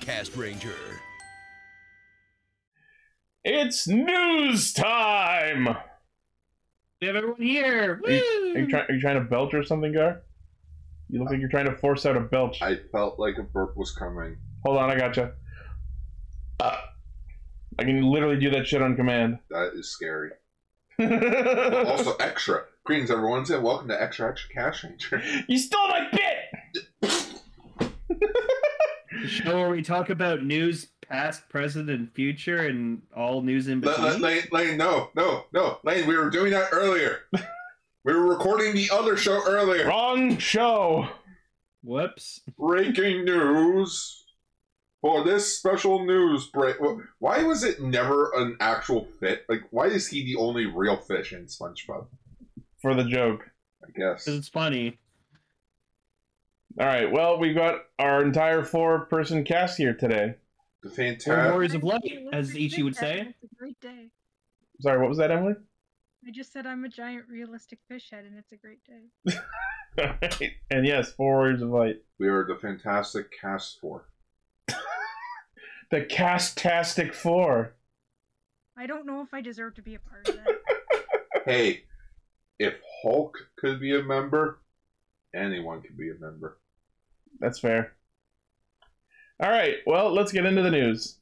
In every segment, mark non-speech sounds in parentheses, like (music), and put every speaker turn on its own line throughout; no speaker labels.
Cast Ranger.
It's news time. Are
We have everyone here.
you,
Woo!
are you try- are you trying to belch or something, Gar? You look like you're trying to force out a belch.
I felt like a burp was coming.
Hold on, I gotcha. Uh, I can literally do that shit on command.
That is scary. Also, extra. Greetings, everyone, and welcome to Extra Extra Cash Ranger.
(laughs) (laughs) you stole my bit.
The show where we talk about news, past, present, and future, and all news in
L-
between.
uh, Lane, Lane, no, no, no. Lane, we were doing that earlier. we were recording the other show earlier.
Wrong show.
Whoops.
Breaking news. For this special news break. Wh- Why was it never an actual fit? Like, why is he the only real fish in SpongeBob?
for the joke.
I guess.
Because it's funny.
All right. Well, we got our entire four-person cast here today.
The
Or
fantastic.
Warriors of Light,
Hey, what's
as
your
Ichi would
fish head?
say.
It's a great day.
Sorry, what was that,
(laughs)
Emily?
I just said I'm a giant realistic fish head, and it's a great day.
All right. And yes, four words of light.
We are the fantastic cast four.
The Castastic Four.
I don't know if I deserve to be a part of that.
Hey, if Hulk could be a member, anyone could be a member.
That's fair. All right. Well, let's get into the news.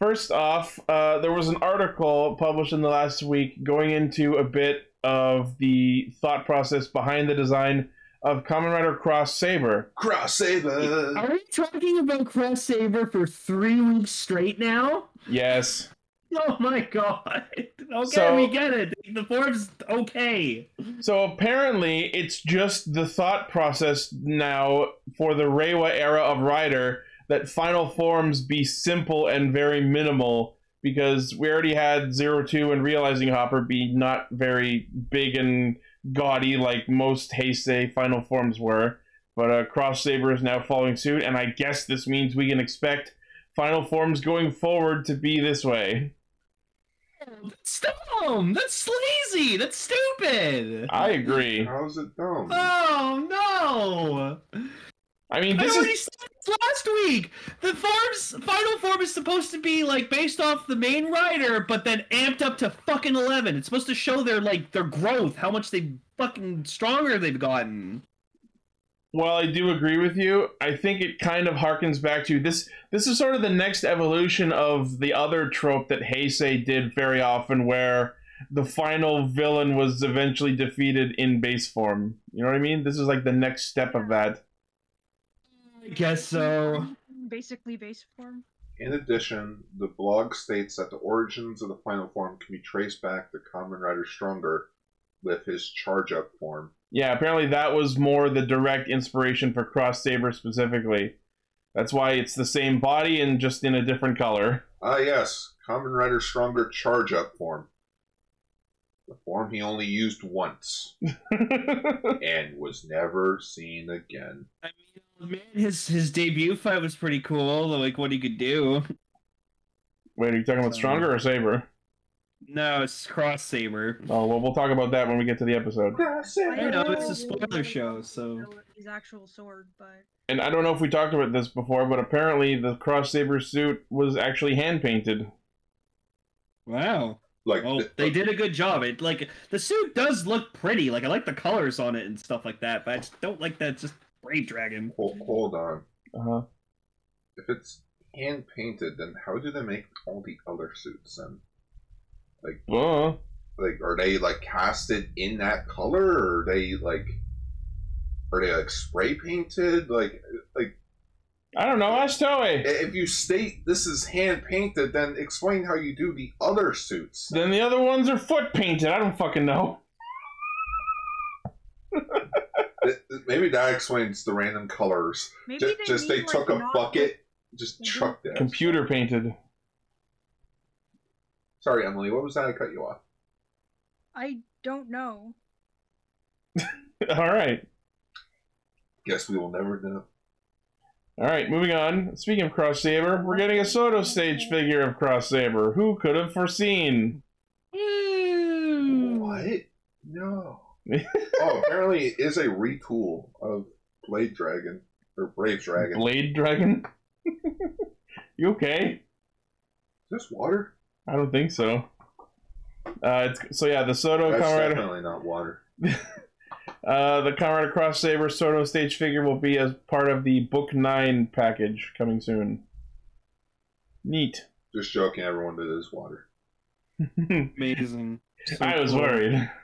First off, uh, there was an article published in the last week going into a bit of the thought process behind the design of Kamen Rider Cross Saber.
Crossover.
Are we talking about Crest Saver for three weeks straight now? (laughs)
Yes.
Oh my god. Okay,
So-
we get it. The form's okay.
So apparently, it's just the thought process now for the Reiwa era of Rider that final forms be simple and very minimal because we already had Zero Two and Realizing Hopper be not very big and gaudy like most Heisei final forms were. But uh, Cross Saber is now following suit, and I guess this means we can expect final forms going forward to be this way.
That's dumb. That's sleazy. That's stupid.
I agree.
How's it dumb?
Oh no!
I mean,
I
this
already
is
said this last week. The form's final form is supposed to be like based off the main rider, but then amped up to fucking eleven. It's supposed to show their like their growth, how much they fucking stronger they've gotten.
While I do agree with you, I think it kind of harkens back to this. This is sort of the next evolution of the other trope that Heisei did very often, where the final villain was eventually defeated in base form. You know what I mean? This is like the next step of that.
I guess so.
Basically, base form.
In addition, the blog states that the origins of the final form can be traced back to Common Rider Stronger with his charge up form.
Yeah, apparently that was more the direct inspiration for Cross Saber specifically. That's why it's the same body and just in a different color. (laughs)
Ah, yes, Common Rider Stronger charge up form. The form he only
(laughs)
used once and was never seen again.
I mean, man, his his debut fight was pretty cool. Like what he could do.
Wait, are you talking about Stronger or Saber?
No, it's cross saber.
Oh, well, we'll talk about that when we get to the episode.
I know, it's a
really
spoiler
wanna
show,
know
so-
about his actual sword, but
and I don't know if we talked about this before, but apparently the cross saber suit was actually hand painted.
Wow.
Like,
Oh,
th-
they did a good job. It like the suit does look pretty. Like I like the colors on it and stuff like that. But I just don't like that. Just brave dragon.
Hold, hold on.
Uh-huh.
If it's hand painted, then how do they make all the other suits then?
Uh,
like are they like casted in that color or are they like are they like spray painted like
I don't know, Ash
i-
Toei.
if you state this is hand painted then explain how you do the other suits
Then the other ones are foot painted. I don't fucking know.
Th- th- maybe that explains the random colors
maybe
just,
they
just they
mean, like,
took a
not-
bucket just chucked it
Computer painted.
sorry emily what was that i cut you off
I don't know.
(laughs) All right.
guess we will never know
All right, moving on. Speaking of Cross Saber, we're getting a Soto Stage figure of Cross Saber. Who could have foreseen?
what no (laughs) oh apparently it is a retool of blade dragon or brave dragon
Blade Dragon? (laughs) You okay?
Is this water?
I don't think so. Uh, it's, so yeah, the Soto
That's
Comrade.
definitely not water.
Uh, the Comrade Cross Saber Soto stage figure will be as part of the Book 9 package coming soon. Neat.
Just joking, everyone, that is water.
Amazing. So
I was
cool.
worried. (laughs)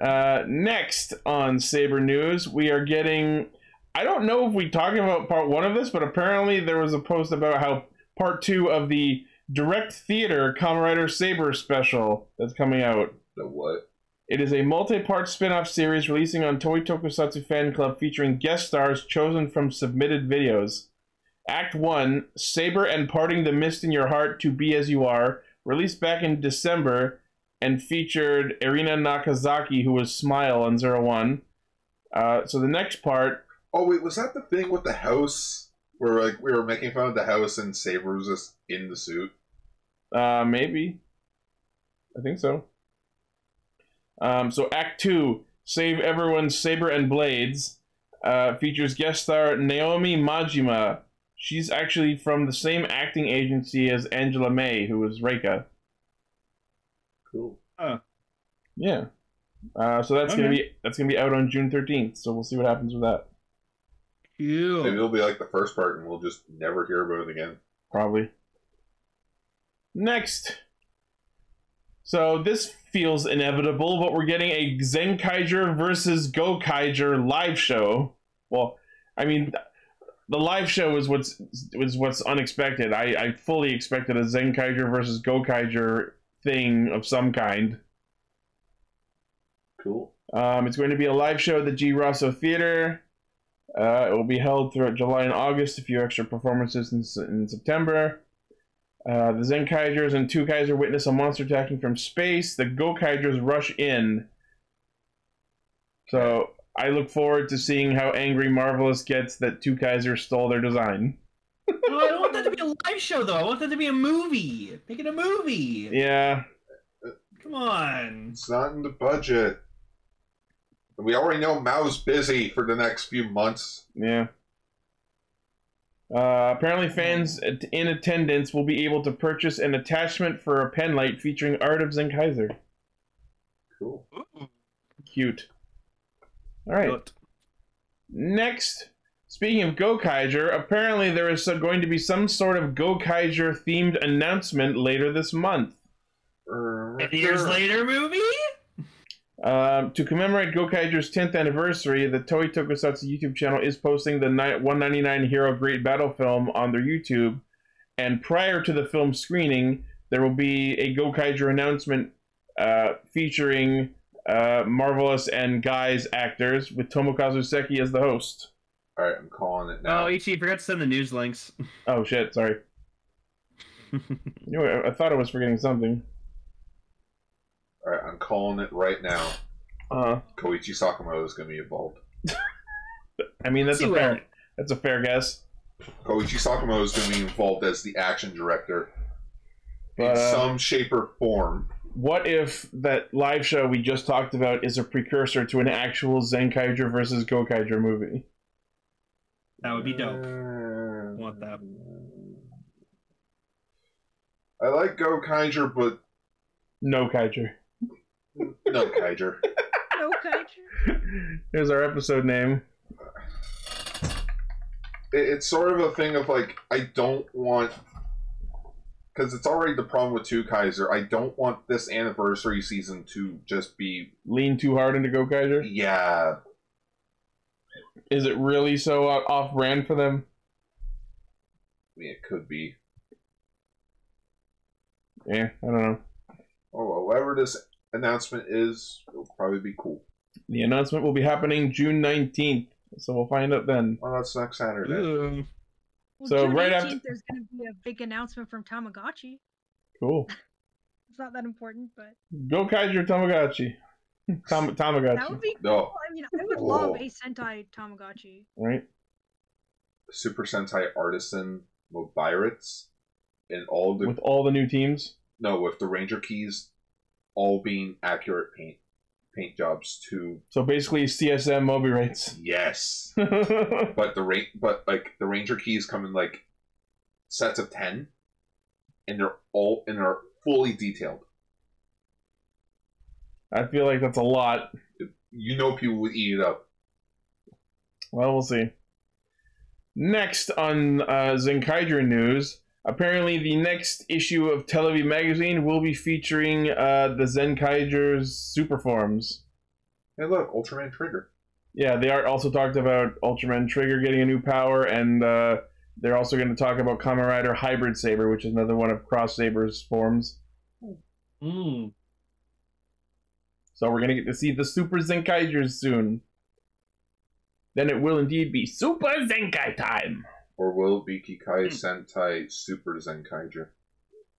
Uh, next on Saber News, we are getting. I don't know if we talked about part one of this, but apparently there was a post about how part two of the Direct Theater Kamen Rider Saber special that's coming out.
The what?
It is a multi-part spin-off series releasing on Toei Tokusatsu Fan Club featuring guest stars chosen from submitted videos. Act 1, Saber and Parting the Mist in Your Heart to Be As You Are, released back in December and featured Irina Nakazaki, who was Smile on Zero One. Uh, so the next part,
Oh wait, was that the thing with the house where like we were making fun of the house and Saber was just in the suit?
uh, maybe. I think so. Um, so Act Two, Save Everyone's Saber and Blades, uh, features guest star Naomi Majima. She's actually from the same acting agency as Angela May, who was Reika.
Cool.
Yeah. Uh, so that's gonna
Okay.
be that's gonna be out on June thirteenth. So we'll see what happens with that.
Maybe
Ew.
it'll be like the first part, and we'll just never hear about it again.
Probably. Next. So this feels inevitable, but we're getting a Zenkaiger versus Gokaiger live show. Well, I mean, th- the live show is what's is what's unexpected. I, I fully expected a Zenkaiger versus Gokaiger thing of some kind.
Cool.
Um, it's going to be a live show at the G Rosso Theater. Uh, it will be held throughout July and August, a few extra performances in, in September. Uh, the Zen Kaijers and Two Kaiser witness a monster attacking from space. The Go Kaijers rush in. So I look forward to seeing how angry Marvelous gets that Two Kaiser stole their design.
No, I don't want that to be a live show though. I want that to be a movie. Make it a movie.
Yeah,
Come on.
It's not in the budget. And we already know Mao's busy for the next few months.
yeah. Uh, apparently, fans at- in attendance will be able to purchase an attachment for a pen light featuring art of Zen Kaiser.
Cool.
Cute. All right. Next, speaking of Gokaiger, apparently there is so- going to be some sort of Gokaiger themed announcement later this month.
Ten years later movie?
Um, to commemorate Gokaiger's 10th anniversary, the Toei Tokusatsu YouTube channel is posting the ni- 199 Hero Great Battle film on their YouTube. And prior to the film screening, there will be a Gokaiger announcement uh, featuring uh, Marvelous and Guy's actors, with Tomokazu Seki as the host.
All right, I'm calling it now.
Oh, Ichi, you forgot to send the news links.
Oh shit! Sorry. You know, I- I thought I was forgetting something.
All right, I'm calling it right now.
Uh,
Uh-huh.
Koichi Sakamoto is going to be involved.
I mean that's
See
a
what-
fair that's a fair guess.
Koichi Sakamoto is going to be involved as the action director
But
in
uh,
some shape or form.
what if that live show we just talked about is a precursor to an actual Zenkaiger versus Gokaiger movie?
That would be dope.
I
want that.
I like Go Kaiser, but
No Kaiger.
no
(laughs)
Kaiser.
No kaiju.
(laughs) Here's our episode name.
it, it's sort of a thing of like I don't want because it's already the problem with two Kaiser. I don't want this anniversary season to just be
Lean too hard into Gokaiger.
yeah.
Is it really so off brand for them?
I mean, it could be
Yeah, I don't know.
or Oh, whatever this announcement is. It'll probably be cool.
The announcement will be happening June 19th, so we'll find out then.
Well, that's next Saturday.
Ooh.
Well,
So
June
right
18th,
after-
there's going to be a big announcement from Tamagotchi.
Cool.
It's not that important, but
Gokaiger Tamagotchi. (laughs) Tam- Tamagotchi.
that would be.
No,
Cool. I mean, I would love
Whoa.
a Sentai Tamagotchi.
Right?
Super Sentai Artisan Mobiritz and all the
With all the new teams.
no with the Ranger keys all being accurate paint paint jobs to
So basically, CSM Moby (laughs) rates.
yes. But the rate, but like the ranger keys come in like sets of ten, and they're all and are fully detailed.
I feel like that's a lot.
You know, people would eat it up.
Well, we'll see. Next on uh, Zenkaidra news, apparently the next issue of Tel Aviv magazine will be featuring uh, the Zenkaidra's super forms.
Hey, look, Ultraman Trigger.
Yeah, they are also talked about Ultraman Trigger getting a new power, and uh, they're also going to talk about Kamen Rider Hybrid Saber, which is another one of Cross Saber's forms.
Mm.
So we're going to get to see the Super Zenkaidras soon. Then it will indeed be Super Zenkai time.
Or will it be Kikai Sentai Super Zenkaiju?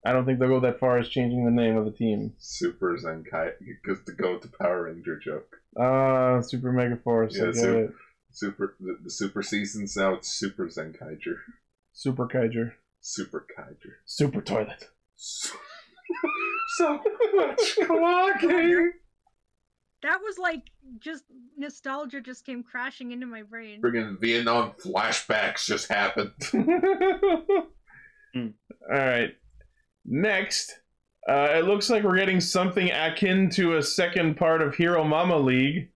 I don't think they'll go that far as changing the name of the team.
Super Zenkai, because to go with the Power Ranger joke.
Ah, Super Mega Force. I
Yeah,
get
Super-
it.
Super, the, the Super Seasons now, it's Super Zenkaiju.
Super Kaiju.
Super Kaiju.
Super Toilet.
(laughs) So, so much walking!
That was like just nostalgia just came crashing into my brain.
Friggin' Vietnam flashbacks just happened.
All right. Next, uh, it looks like we're getting something akin to a second part of Hero Mama League.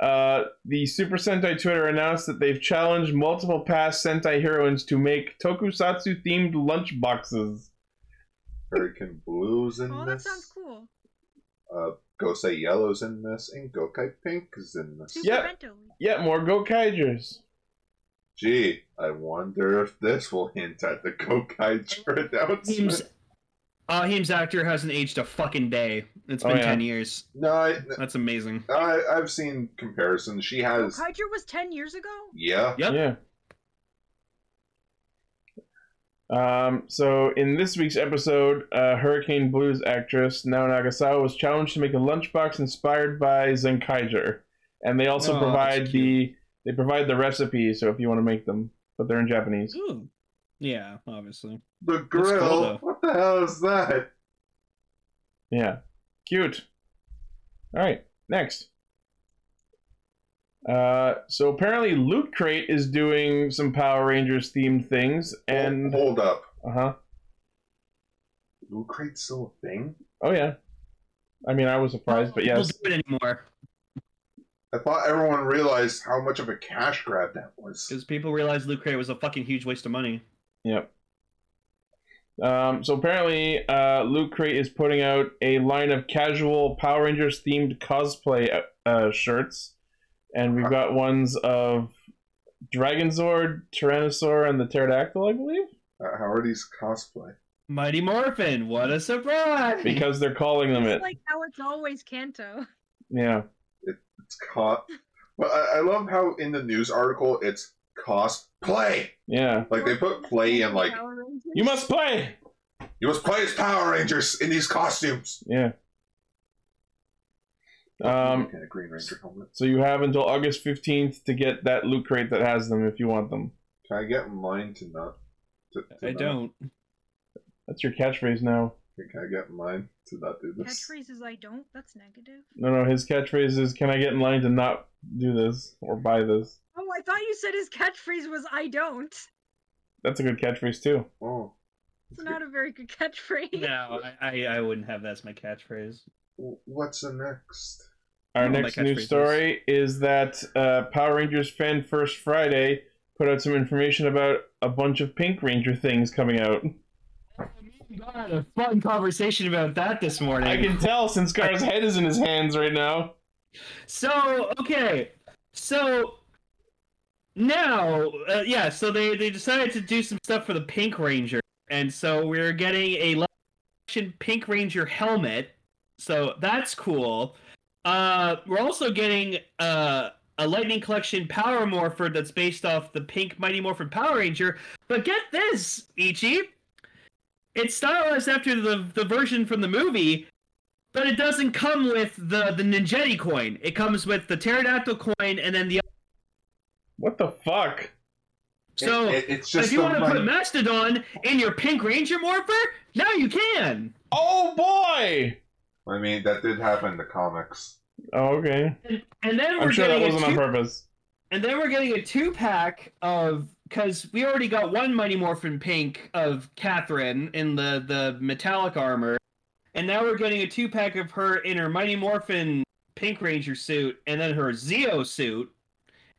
Uh, the Super Sentai Twitter announced that they've challenged multiple past Sentai heroines to make tokusatsu themed lunchboxes.
Hurricane Blue's in
Oh, that
this.
sounds cool.
Gosei Yellow's in this, and Gokai Pink is in this.
Super
Yeah.
bento.
Yeah, more Gokaijers.
Gee, I wonder if this will hint at the
(laughs)
Gokai Jir announcement.
Heem's, uh, Heem's actor hasn't aged a fucking day. It's
Oh,
been
yeah.
10 years.
No, I,
That's amazing.
I, I've seen comparisons. She has,
Kaiju was ten years ago.
yeah,
Yep.
Yeah. Um, so in this week's episode, uh, Hurricane Blues actress Nao Nagasawa was challenged to make a lunchbox inspired by Zenkaiger, and they also
Aw, that's
provide the they provide the recipe. So if you want to make them, but they're in Japanese.
Ooh. Yeah, obviously.
the
cool,
grill.
though.
what the hell is that?
Yeah, cute. All right, next. Uh, so apparently, Loot Crate is doing some Power Rangers themed things, and
hold, hold up,
uh huh.
Loot Crate's still a thing?
Oh yeah. I mean, I was surprised, but yes.
Don't do it anymore.
I thought everyone realized how much of a cash grab that was.
Because people realized Loot Crate was a fucking huge waste of money.
Yep. Um, so apparently, uh, Loot Crate is putting out a line of casual Power Rangers themed cosplay uh, uh, shirts, and we've got ones of Dragonzord, Tyrannosaur, and the Pterodactyl, I believe,
Uh, how are these cosplay?
Mighty Morphin, what a surprise!
because they're calling them it.
It's like how it's always Kanto.
Yeah.
It's caught. Well, I, I love how in the news article it's cosplay.
Yeah.
Like they put play in like
Power Rangers.
You must play.
you must play as Power Rangers in these costumes.
Yeah. Um,
Looking at a Green Ranger helmet.
so you have until August 15th to get that Loot Crate that has them if you want them.
Can I get mine to not? To, to
I
not-
don't.
That's your catchphrase now.
Can I get mine to not do this?
Catchphrases I don't. That's negative.
No, no, his catchphrase is "Can I get in line to not do this or buy this?"
Oh, I thought you said his catchphrase was I don't.
That's a good catchphrase too.
Oh,
It's not a very good catchphrase.
No, I, I, I wouldn't have that as my catchphrase.
W- what's the next?
Our
Oh, my
next news
catchphrase
story is that uh, Power Rangers Fan First Friday put out some information about a bunch of Pink Ranger things coming out.
We had a fun conversation about that this morning.
I
(laughs)
can tell since Gar's head is in his hands right now.
So okay, so now uh, yeah, so they they decided to do some stuff for the Pink Ranger, and so we're getting a live action Pink Ranger helmet. So that's cool. Uh, we're also getting uh, a Lightning Collection Power Morpher that's based off the Pink Mighty Morphin Power Ranger. But get this, Ichi, it's stylized after the the version from the movie, but it doesn't come with the the Ninjetti coin. It comes with the Pterodactyl coin and then the.
What the fuck?
So
It- it- it's
if you
a
want to put
mon-
Mastodon in your Pink Ranger Morpher, now you can.
Oh boy!
I mean, that did happen in the comics.
Oh, okay,
And then we're
I'm sure that
getting a
wasn't on
two-
purpose.
and then we're getting a two pack of because we already got one Mighty Morphin Pink of Catherine in the the metallic armor, and now we're getting a two pack of her in her Mighty Morphin Pink Ranger suit, and then her Zeo suit,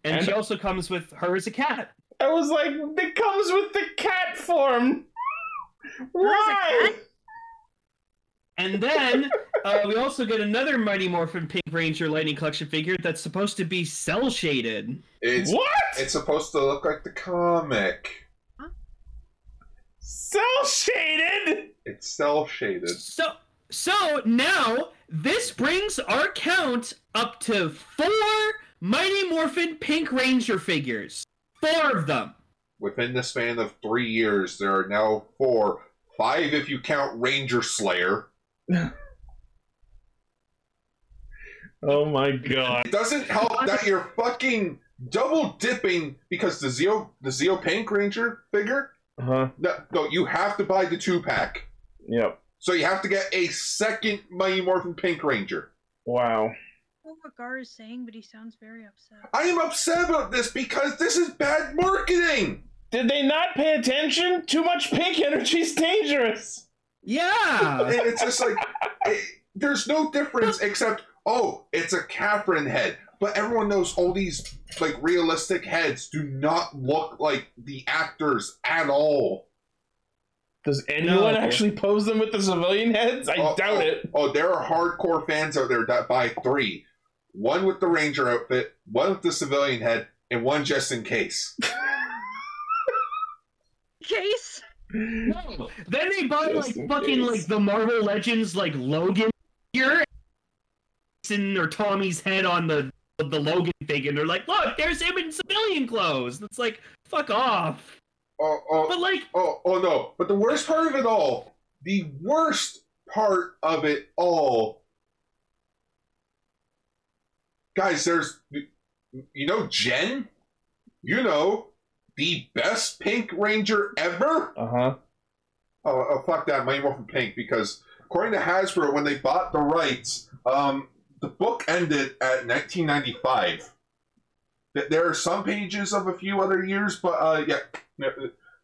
and,
And-
she also comes with her as a cat.
I was like, it comes with the cat form. Why?
And then uh, we also get another Mighty Morphin Pink Ranger Lightning Collection figure that's supposed to be cell shaded.
It's
What?
it's supposed to look like the comic.
Cell shaded.
It's cell shaded.
So so now this brings our count up to four Mighty Morphin Pink Ranger figures. Four of them.
Within the span of three years, there are now four, five if you count Ranger Slayer.
Oh my god.
It doesn't help that you're fucking double dipping because the Zeo the Zeo Pink Ranger figure.
Huh.
No, no, you have to buy the two pack,
Uh-huh. Yep.
so you have to get a second Mighty Morphin Pink Ranger.
Wow.
I don't know what Gar is saying, but he sounds very upset.
I am upset about this because this is bad marketing.
Did they not pay attention? Too much pink energy's dangerous.
Yeah.
And it's just like it, there's no difference except oh, it's a Catherine head. But everyone knows all these like realistic heads do not look like the actors at all.
Does anyone
No.
actually pose them with the civilian heads? I
Oh,
doubt
oh,
it.
Oh, there are hardcore fans out there that buy three. One with the ranger outfit, one with the civilian head, and one just in case.
Case?
No. Then they buy like
Just in
fucking
case.
like the Marvel Legends like Logan here in or Tommy's head on the the Logan thing and they're like, look, there's him in civilian clothes. And it's like, fuck off.
Oh, oh,
But like
oh, oh no. But the worst part of it all, the worst part of it all. Guys, there's. You know Jen? You know, the best Pink Ranger ever?
Uh huh.
Oh, oh fuck that. Mighty Morphin Pink, because according to Hasbro, when they bought the rights, um, the book ended at 1995. Th- There are some pages of a few other years, but uh, yeah. no-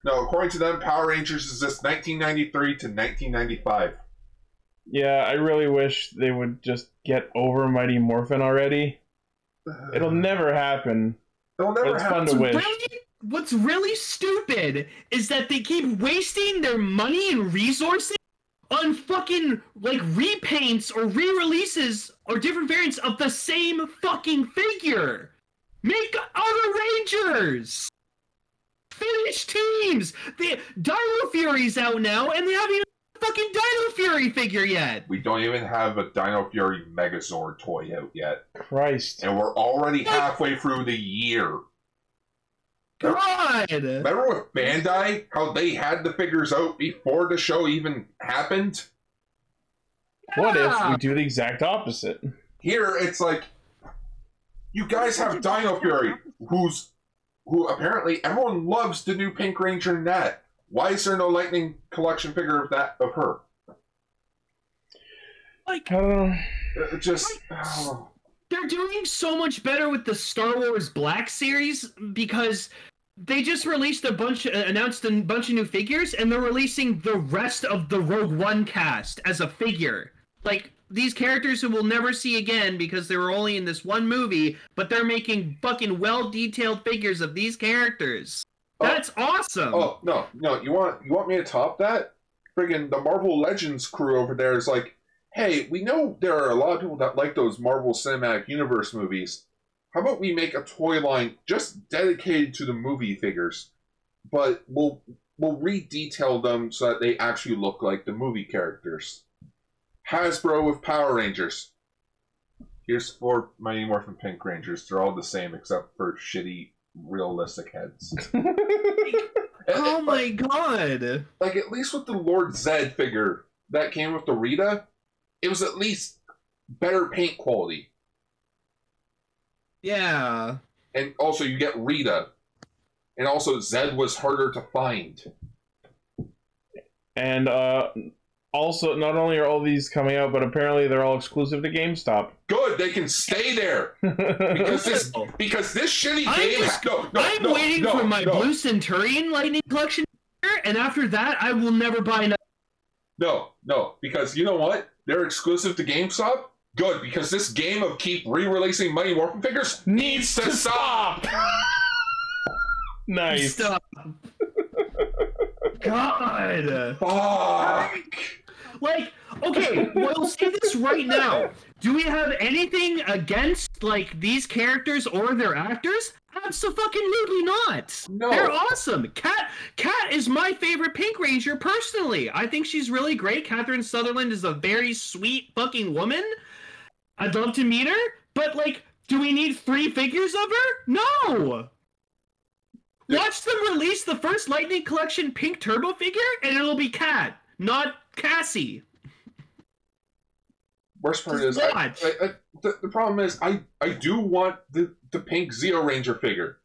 No, according to them, Power Rangers is just 1993 to 1995.
Yeah, I really wish they would just get over Mighty Morphin already. It'll
Mm.
never happen.
It'll
but
never
it's
happen.
fun to wish.
really, what's really stupid is that they keep wasting their money and resources on fucking like repaints or re-releases or different variants of the same fucking figure. Make other Rangers. Finish teams. The Dino Fury's out now, and they haven't even had a fucking Dino Fury figure yet.
We don't even have a Dino Fury Megazord toy out yet,
Christ.
and we're already halfway through the year.
God.
Remember with Bandai, how they had the figures out before the show even happened?
What if we do the exact opposite?
Here it's like you guys have Dino Fury, who's who apparently everyone loves the new Pink Ranger in that. Why is there no lightning collection figure of that of her?
Like
I don't know.
Uh, Just oh,
they're doing so much better with the Star Wars Black series because they just released a bunch, uh, announced a bunch of new figures, and they're releasing the rest of the Rogue One cast as a figure. Like these characters who we'll never see again because they were only in this one movie, but they're making fucking well detailed figures of these characters.
Oh.
That's awesome.
oh no no you want you want me to top that? Friggin' the Marvel Legends crew over there is like, hey, we know there are a lot of people that like those Marvel Cinematic Universe movies. How about we make a toy line just dedicated to the movie figures, but we'll we'll re-detail them so that they actually look like the movie characters. Hasbro with Power Rangers. Here's four Mighty Morphin Pink Rangers. They're all the same except for shitty realistic heads.
oh my god.
like at least with the Lord Zed figure that came with the Rita, it was at least better paint quality.
Yeah.
And also you get Rita. And also Zed was harder to find.
And uh, also not only are all these coming out, but apparently they're all exclusive to GameStop. (laughs)
Good, they can stay there
(laughs)
because this because this shitty
I'm
game.
just-
no, no,
I'm
no,
waiting
no,
for my
no,
Blue Centurion Lightning Collection, here, and after that, I will never buy another.
No, no, because you know what? They're exclusive to GameStop. Good, because this game of keep re-releasing Mighty Morphin figures needs to stop.
nice.
(laughs)
Stop. God.
Fuck.
Like, okay, we'll say this right now. Do we have anything against like these characters or their actors? Absolutely not.
No.
They're awesome. Cat Cat is my favorite Pink Ranger personally. I think she's really great. Catherine Sutherland is a very sweet fucking woman. I'd love to meet her, but like, do we need three figures of her? No. Watch them release the first Lightning Collection Pink Turbo figure, and it'll be Cat, not Cassie.
Worst part is
Just
I,
watch.
I- I- the, the problem is I I do want the the pink Zeo Ranger figure,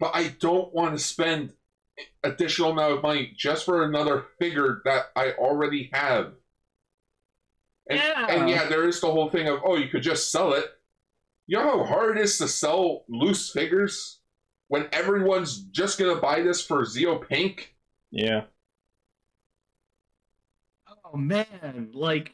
but I don't want to spend additional amount of money just for another figure that I already have. And
Yeah.
and yeah, there is the whole thing of oh you could just sell it. You know how hard it is to sell loose figures when everyone's just gonna buy this for Zeo Pink.
Yeah.
Oh man, like,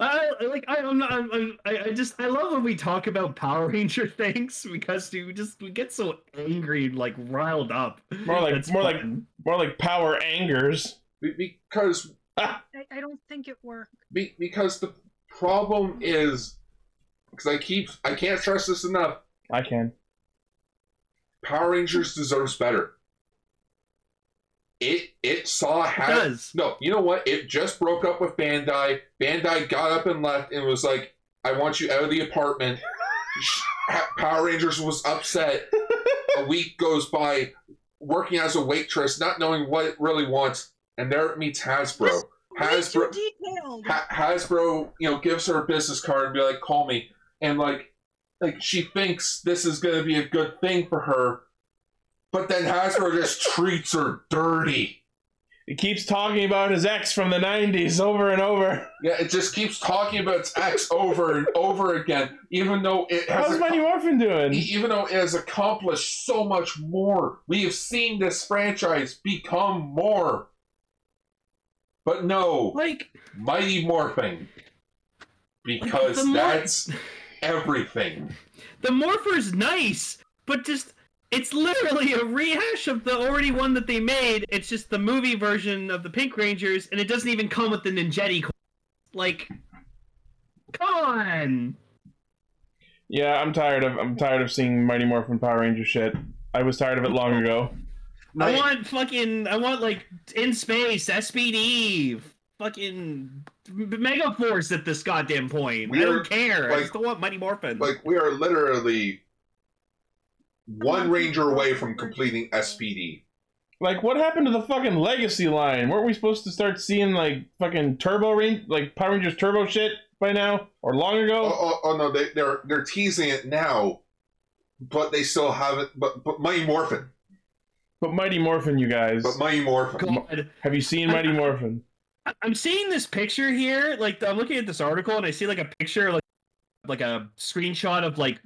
I like I I'm not, I'm, I'm- I I just I love when we talk about Power Ranger (laughs) things because we just we get so angry and like riled up.
More like- more like-
fun.
More like power angers.
Be- Because
I, I don't think it worked.
Be- because the problem is because I keep I can't stress this enough.
I can.
Power Rangers deserves better. It it saw
It
how
does
no you know what it just broke up with Bandai. Bandai got up and left and was like, "I want you out of the apartment." Sh- Ha- Power Rangers was upset. a week goes by, working as a waitress, not knowing what it really wants, and there it meets Hasbro.
Way too
Hasbro-
detailed.
Ha- Hasbro, you know, gives her a business card and be like, "Call me," and like, like she thinks this is going to be a good thing for her, but then Hasbro just treats her dirty.
He keeps talking about his ex from the '90s over and over.
Yeah, it just keeps talking about its ex over and over again, even though it has.
How's
ac-
Mighty Morphin doing?
Even though it has accomplished so much more, we have seen this franchise become more. But no,
like
Mighty Morphing. Because
The mor-
that's everything.
the Morpher's nice, but just it's literally a rehash of the already one that they made. It's just the movie version of the Pink Rangers, and it doesn't even come with the Ninjetti. co- Like, come on.
Yeah, I'm tired of I'm tired of seeing Mighty Morphin Power Ranger shit. I was tired of it long ago.
I
Right.
want fucking. I want like in space SPD, fucking Mega Force at this goddamn point. I
We're,
don't care.
like-
I still want Mighty Morphin.
like we are literally one ranger away from completing SPD.
Like, what happened to the fucking Legacy line? Weren't we supposed to start seeing like fucking Turbo Ran- like Power Rangers Turbo shit by now or long
Oh,
ago?
oh, oh no, they, they're they're teasing it now, but they still haven't. But but Mighty Morphin,
But Mighty Morphin, you guys,
but Mighty Morphin.
God,
have you seen
I-
Mighty Morphin?
I- I'm seeing this picture here. Like I'm looking at this article and I see like a picture, like like a screenshot of like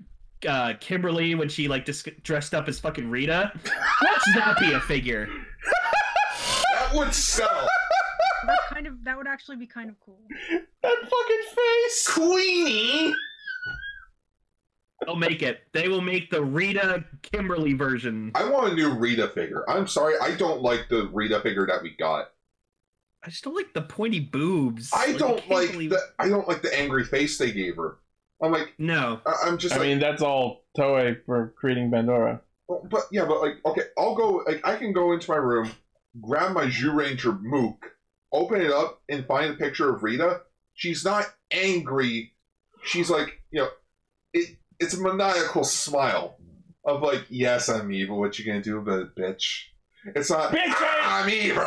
uh Kimberly when she like dis- dressed up as fucking
(laughs)
Rita. What's that be a figure?
That would
(laughs)
sell.
That kind of that would actually be kind of cool.
That fucking face.
Queenie.
They'll make it. They will make the Rita Kimberly version.
I want a new Rita figure. I'm sorry, I don't like the Rita figure that we got.
I just don't like the pointy boobs.
I
Like,
don't
can't
like
believe-
the I don't like the angry face they gave her. I'm like
No.
I- I'm just
I
like,
mean, that's all Toei for creating Bandora.
Well, but yeah, but like, okay, I'll go. Like, I can go into my room, grab my Zoo Ranger Mook, open it up, and find a picture of Rita. She's not angry. She's like, you know, it. It's a maniacal smile of like, yes, I'm evil. What you gonna do about it, bitch? It's not.
Bitch, I,
I'm evil.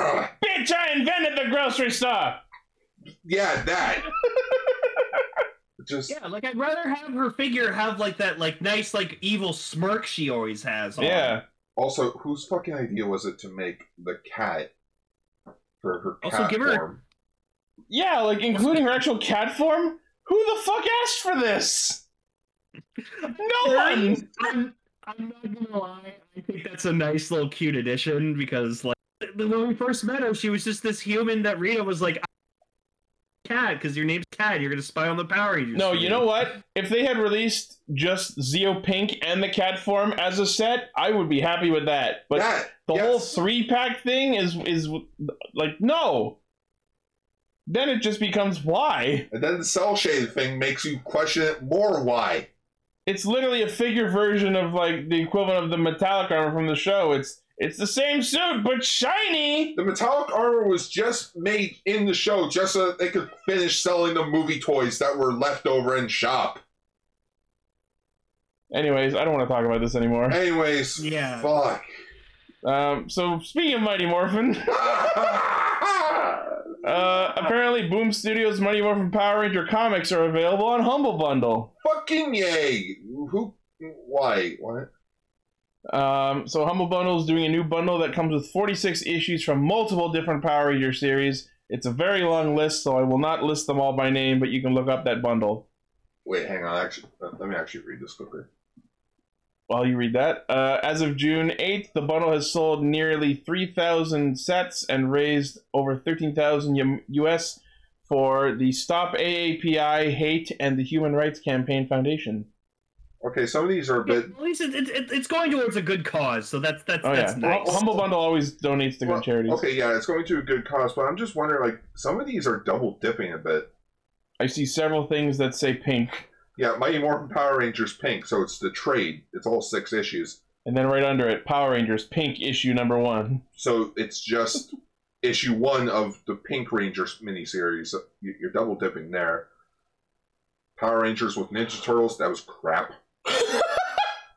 bitch, I invented the grocery store.
Yeah, that. Just
Yeah, like I'd rather have her figure have like that like nice like evil smirk she always has. On.
Yeah,
also, whose fucking idea was it to make the cat for her
Also,
cat
give her-
form?
Yeah, like including her actual cat form. Who the fuck asked for this? No one.
I'm, I'm not gonna lie. I think that's a nice little cute addition because, like, when we first met her, she was just this human that Rita was like, "Cat, because your name's Cat. You're gonna spy on the Power Rangers."
No,
for
you
me."
know what? If they had released just Zeo Pink and the cat form as a set, I would be happy with that. But
that,
the
yes.
whole three pack thing is is like no. Then it just becomes why.
And then the cell shade thing makes you question it more why.
It's literally a figure version of like the equivalent of the metallic armor from the show. It's it's the same suit but shiny.
The metallic armor was just made in the show just so that they could finish selling the movie toys that were left over in shop.
Anyways, I don't want to talk about this anymore.
Anyways,
Yeah.
fuck. (laughs)
Um, so speaking of Mighty Morphin, (laughs) uh, apparently Boom Studios' Mighty Morphin Power Ranger comics are available on Humble Bundle.
Fucking yay! Who? Why? What?
Um, so Humble Bundle is doing a new bundle that comes with 46 issues from multiple different Power Ranger series. It's a very long list, so I will not list them all by name, but you can look up that bundle.
Wait, hang on. Actually, uh, let me actually read this quickly.
While you read that, uh, as of June 8th, the bundle has sold nearly 3,000 sets and raised over 13,000 U- US for the Stop AAPI Hate and the Human Rights Campaign Foundation.
Okay, some of these are a bit.
At least it, it, it- it's going towards a good cause, so that's that's
Oh
that's
yeah,
nice.
Hum- Humble Bundle always donates to
well,
good charities.
Okay, yeah, it's going to a good cause, but I'm just wondering, like, some of these are double dipping a bit.
I see several things that say pink,
Yeah, Mighty Morphin Power Rangers Pink, so it's the trade. It's all six issues.
and then right under it, Power Rangers Pink issue number one.
So it's just issue one of the Pink Rangers miniseries. You- You're double dipping there. Power Rangers with Ninja Turtles, that was crap.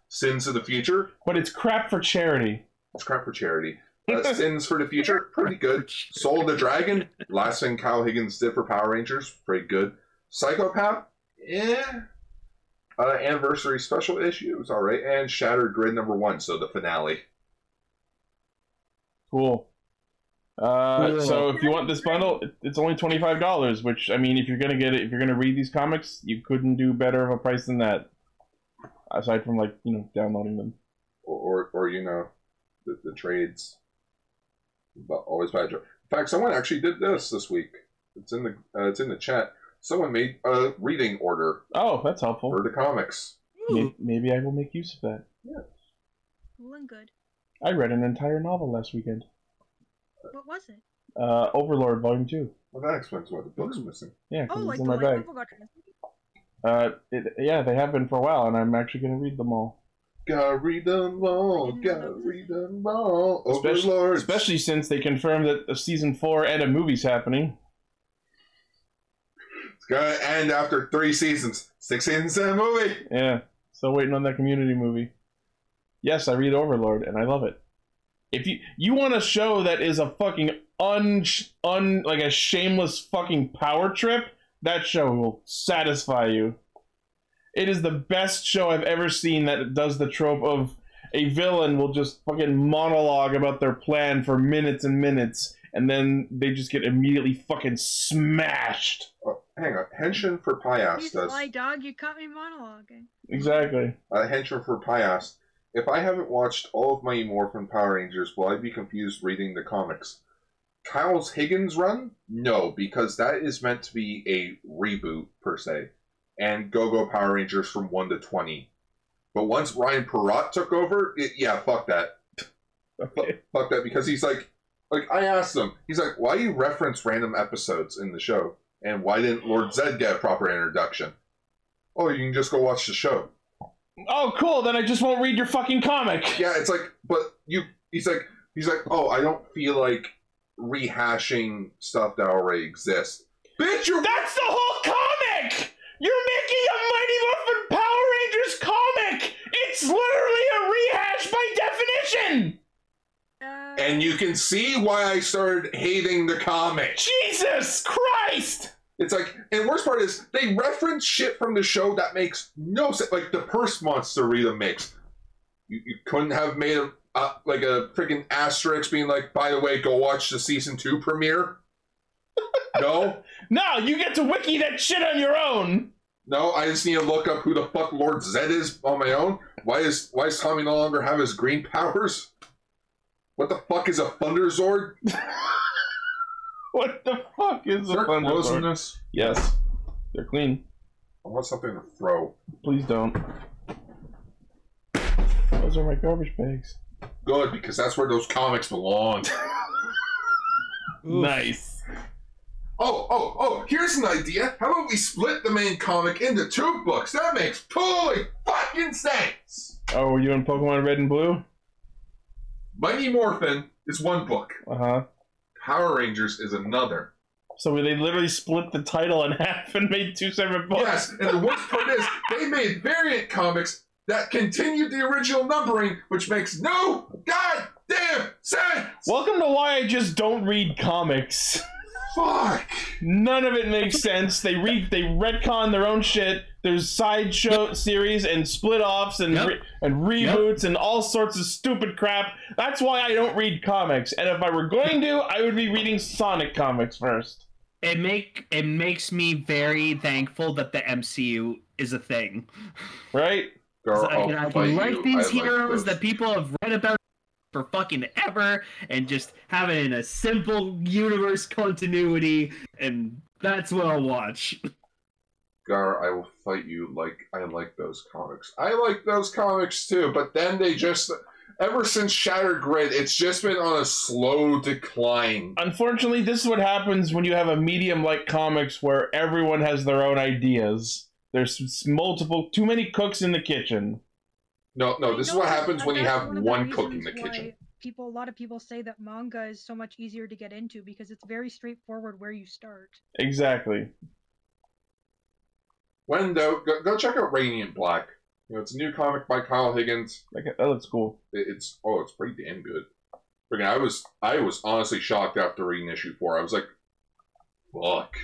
Sins of the Future,
But it's crap for charity.
it's crap for charity. Uh, Sins for the Future, pretty good. Soul of the Dragon, last thing Kyle Higgins did for Power Rangers, pretty good. Psychopath, eh. Uh, anniversary special issue, it's alright. And Shattered Grid number one, so the finale.
Cool. Uh,
Cool.
So if you want this bundle, it- it's only twenty five dollars. Which I mean, if you're gonna get it, if you're gonna read these comics, you couldn't do better of a price than that. Aside from like you know downloading them.
or, or, or you know, the, the trades. But always buy a trade. In fact, someone actually did this this week. It's in the uh, it's in the chat. Someone made a reading order
Oh, that's helpful.
for the comics.
Maybe, maybe I will make use of that.
Cool and good.
I read an entire novel last weekend.
What was it?
Uh, Overlord Volume Two.
Well, that explains why the book's missing.
Yeah, 'cause
Oh,
it's
like
in
the
my
white
bag.
purple got transmitted.
Uh, it, yeah, they have been for a while, and I'm actually gonna read them all.
Gotta read them all. Gotta read them all.
Especially-
Overlords.
Especially since they confirmed that a season four and a movie's happening.
It's gonna end after three seasons. Six seasons in a movie.
Yeah, still waiting on that community movie. Yes, I read Overlord and I love it. If you you want a show that is a fucking un un like a shameless fucking power trip, that show will satisfy you. It is the best show I've ever seen that does the trope of a villain will just fucking monologue about their plan for minutes and minutes, and then they just get immediately fucking smashed.
Oh, hang on. Henshin for Pias
You
does.
sly dog, you caught me monologuing.
Exactly.
uh, Henchman for Pias. If I haven't watched all of Mighty Morphin Power Rangers, will I be confused reading the comics? Kyle's Higgins run? No, because that is meant to be a reboot, per se, and Go Go Power Rangers from 1 to 20. But once Ryan Perrott took over, it, yeah, fuck that.
Okay.
Fuck that, because he's like, like, I asked him, he's like, why do you reference random episodes in the show? And why didn't Lord Zed get a proper introduction? Oh, you can just go watch the show.
Oh, cool. Then I just won't read your fucking comic.
yeah, it's like, but you, he's like, he's like, oh, I don't feel like rehashing stuff that already exists. Bitch, you're
That's the whole comic! You're making a Mighty Morphin Power Rangers comic! It's literally a rehash by definition!
Uh,
and you can see why I started hating the comic.
Jesus Christ!
It's like, and worst part is they reference shit from the show that makes no sense. Like the Purse Monster remix, you, you couldn't have made a uh, like a freaking asterisk being like, by the way, go watch the season two premiere. (laughs) No,
No, you get to wiki that shit on your own.
no, I just need to look up who the fuck Lord Zed is on my own. Why is why does Tommy no longer have his green powers? What the fuck is a Thunder Zord?
What the fuck is
Is
a
there clothes in
thunderstorm?
this?
Yes, they're clean.
I want something to throw.
Please don't. Those are my garbage bags.
Good, because that's where those comics belong.
Oof.
Nice.
Oh, oh, oh, here's an idea. How about we split the main comic into two books? That makes totally fucking sense.
Oh, were you in Pokemon Red and Blue?
Mighty Morphin is one book,
Uh huh.
Power Rangers is another.
So they literally split the title in (laughs) half and made two separate books.
Yes, and the worst part is they made variant comics that continued the original numbering, which makes no goddamn sense.
Welcome to why I just don't read comics.
Fuck.
None of it makes sense. They read, they retcon their own shit. There's sideshow series and split offs and
Yep.
re- and reboots and all sorts of stupid crap. That's why I don't read comics. And if I were going to, I would be reading Sonic comics first.
It make it makes me very thankful that the MCU is a thing.
Right?
Girl,
'Cause I
I'll
can, I
fight
can like
you. I
these
like
heroes
those.
that people have read about for fucking ever, and just have it in a simple universe continuity, and that's what I'll watch.
Gar, I will fight you like I like those comics. I like those comics too, but then they just ever since Shattered Grid, it's just been on a slow decline.
Uh, Unfortunately, this is what happens when you have a medium like comics where everyone has their own ideas. There's s- multiple, too many cooks in the kitchen.
No, no,
I
this is
know
what
that-
happens
that-
when you
that's
have
of
one cook in the
reasons why
kitchen.
People, a lot of people say that manga is so much easier to get into because it's very straightforward where you start.
Exactly.
When though, go, go check out Radiant Black. You know, it's a new comic by Kyle Higgins.
Like that looks cool.
It- It's oh, it's pretty damn good. Friggin', I was I was honestly shocked after reading issue four. I was like, fuck.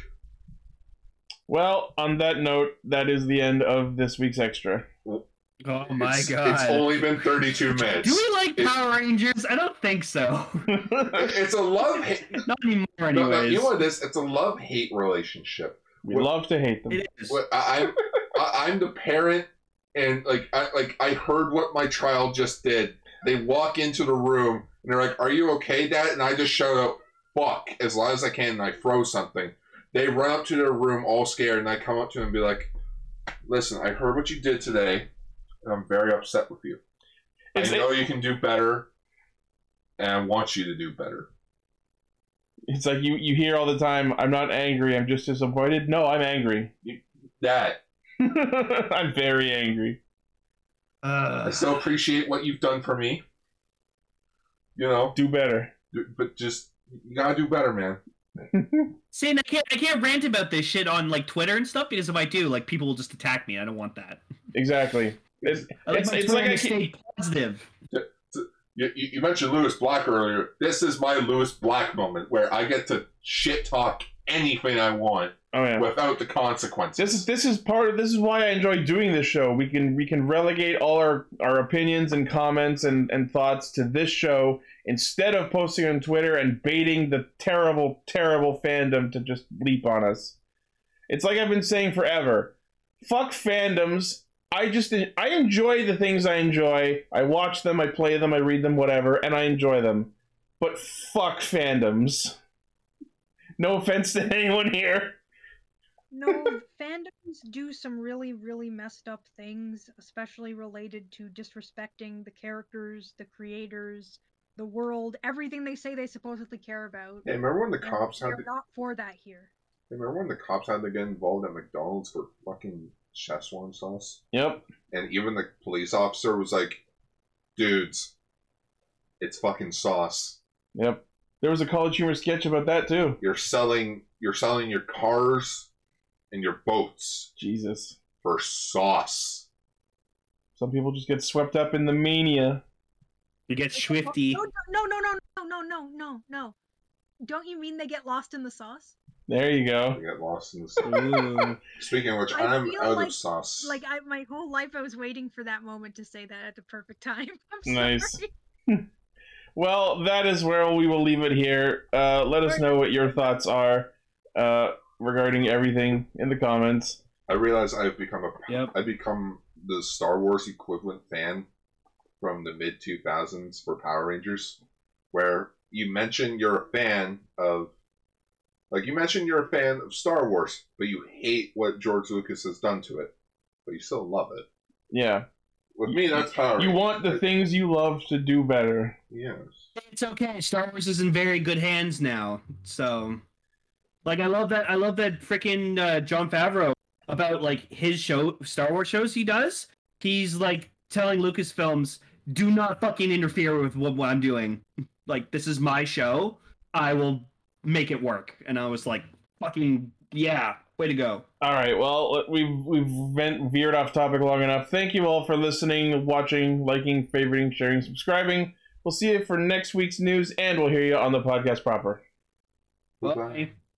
Well, on that note, that is the end of this week's extra. (laughs)
Oh my
it's,
god!
It's only been thirty two minutes.
Do we like
it-
Power Rangers? I don't think so. (laughs)
we
(laughs) It's a love hate
Not anymore,
No,
anyways.
no, you know what it is? It's a love hate relationship.
love to hate them.
It is.
What- I, I'm, I, I'm the parent, and like, I, like I heard what my child just did. They walk into the room and they're like, "Are you okay, Dad?" And I just shout out, "Fuck!" as loud as I can, and I throw something. They run up to their room all scared, and I come up to them and be like, "Listen, I heard what you did today, and I'm very upset with you.
It's-
I know you can do better, and I want you to do better."
It's like you, you hear all the time, I'm not angry, I'm just disappointed. No, I'm angry. (laughs)
That
I'm very angry.
I
Uh,
still appreciate what you've done for me. You know,
Do better.
d- but just you gotta do better, man.
see, and I can't, I can't rant about this shit on like Twitter and stuff because if I do, like people will just attack me. I don't want that.
Exactly. It's,
I like
It's-
my
it's
Twitter
like I
to stay positive.
You, you, you mentioned Lewis Black earlier. This is my Lewis Black moment where I get to shit talk anything I want
oh yeah.
without the consequences.
This is this is part of this is why I enjoy doing this show. We can we can relegate all our, our opinions and comments and, and thoughts to this show instead of posting on Twitter and baiting the terrible, terrible fandom to just leap on us. It's like I've been saying forever. Fuck fandoms. I just I enjoy the things I enjoy. I watch them, I play them, I read them, whatever, and I enjoy them. But fuck fandoms. No offense to anyone here.
(laughs)
No, fandoms do some really, really messed up things, especially related to disrespecting the characters, the creators, the world, everything they say they supposedly care about.
Hey, remember when the
And
cops had?
they're
To,
not for that here.
remember when the cops had to get involved at McDonald's for fucking Szechuan sauce?
Yep.
And even the police officer was like, "Dudes, it's fucking sauce."
Yep. There was a college humor sketch about that too.
you're selling you're selling your cars and your boats
Jesus.
for sauce.
Some people just get swept up in the mania.
You get
They get lo-
swifty.
No, no, no, no, no, no, no, no, no. Don't you mean they get lost in the sauce?
There you
I
go.
got lost in the
(laughs)
sauce.
(laughs)
Ooh.
Speaking of which,
I
I'm
feel
out
like-
of sauce.
Like I, my whole life, I was waiting for that moment to say that at the perfect time. (laughs) I'm
Nice.
sorry.
Well, that is where we will leave it here. Uh, let us know what your thoughts are. uh, regarding everything in the comments.
I realize I've become a
Yep.
I've become the Star Wars equivalent fan from the mid two thousands for Power Rangers, where you mention you're a fan of like you mention you're a fan of Star Wars, but you hate what George Lucas has done to it, but you still love it.
Yeah,
With me, that's Power.
you
Rangers.
want the things you love to do better.
Yes.
It's okay. Star Wars is in very good hands now. So, like, I love that. I love that freaking uh, John Favreau about like his show, Star Wars shows he does. He's like telling Lucasfilms, "Do not fucking interfere with what, what I'm doing. Like, this is my show. I will make it work." And I was like, "Fucking yeah, way to go."
All right. Well, uh, we've we've vent, veered off topic long enough. Thank you all for listening, watching, liking, favoriting, sharing, subscribing. We'll see you for next week's news, and we'll hear you on the podcast proper.
Goodbye.
Bye.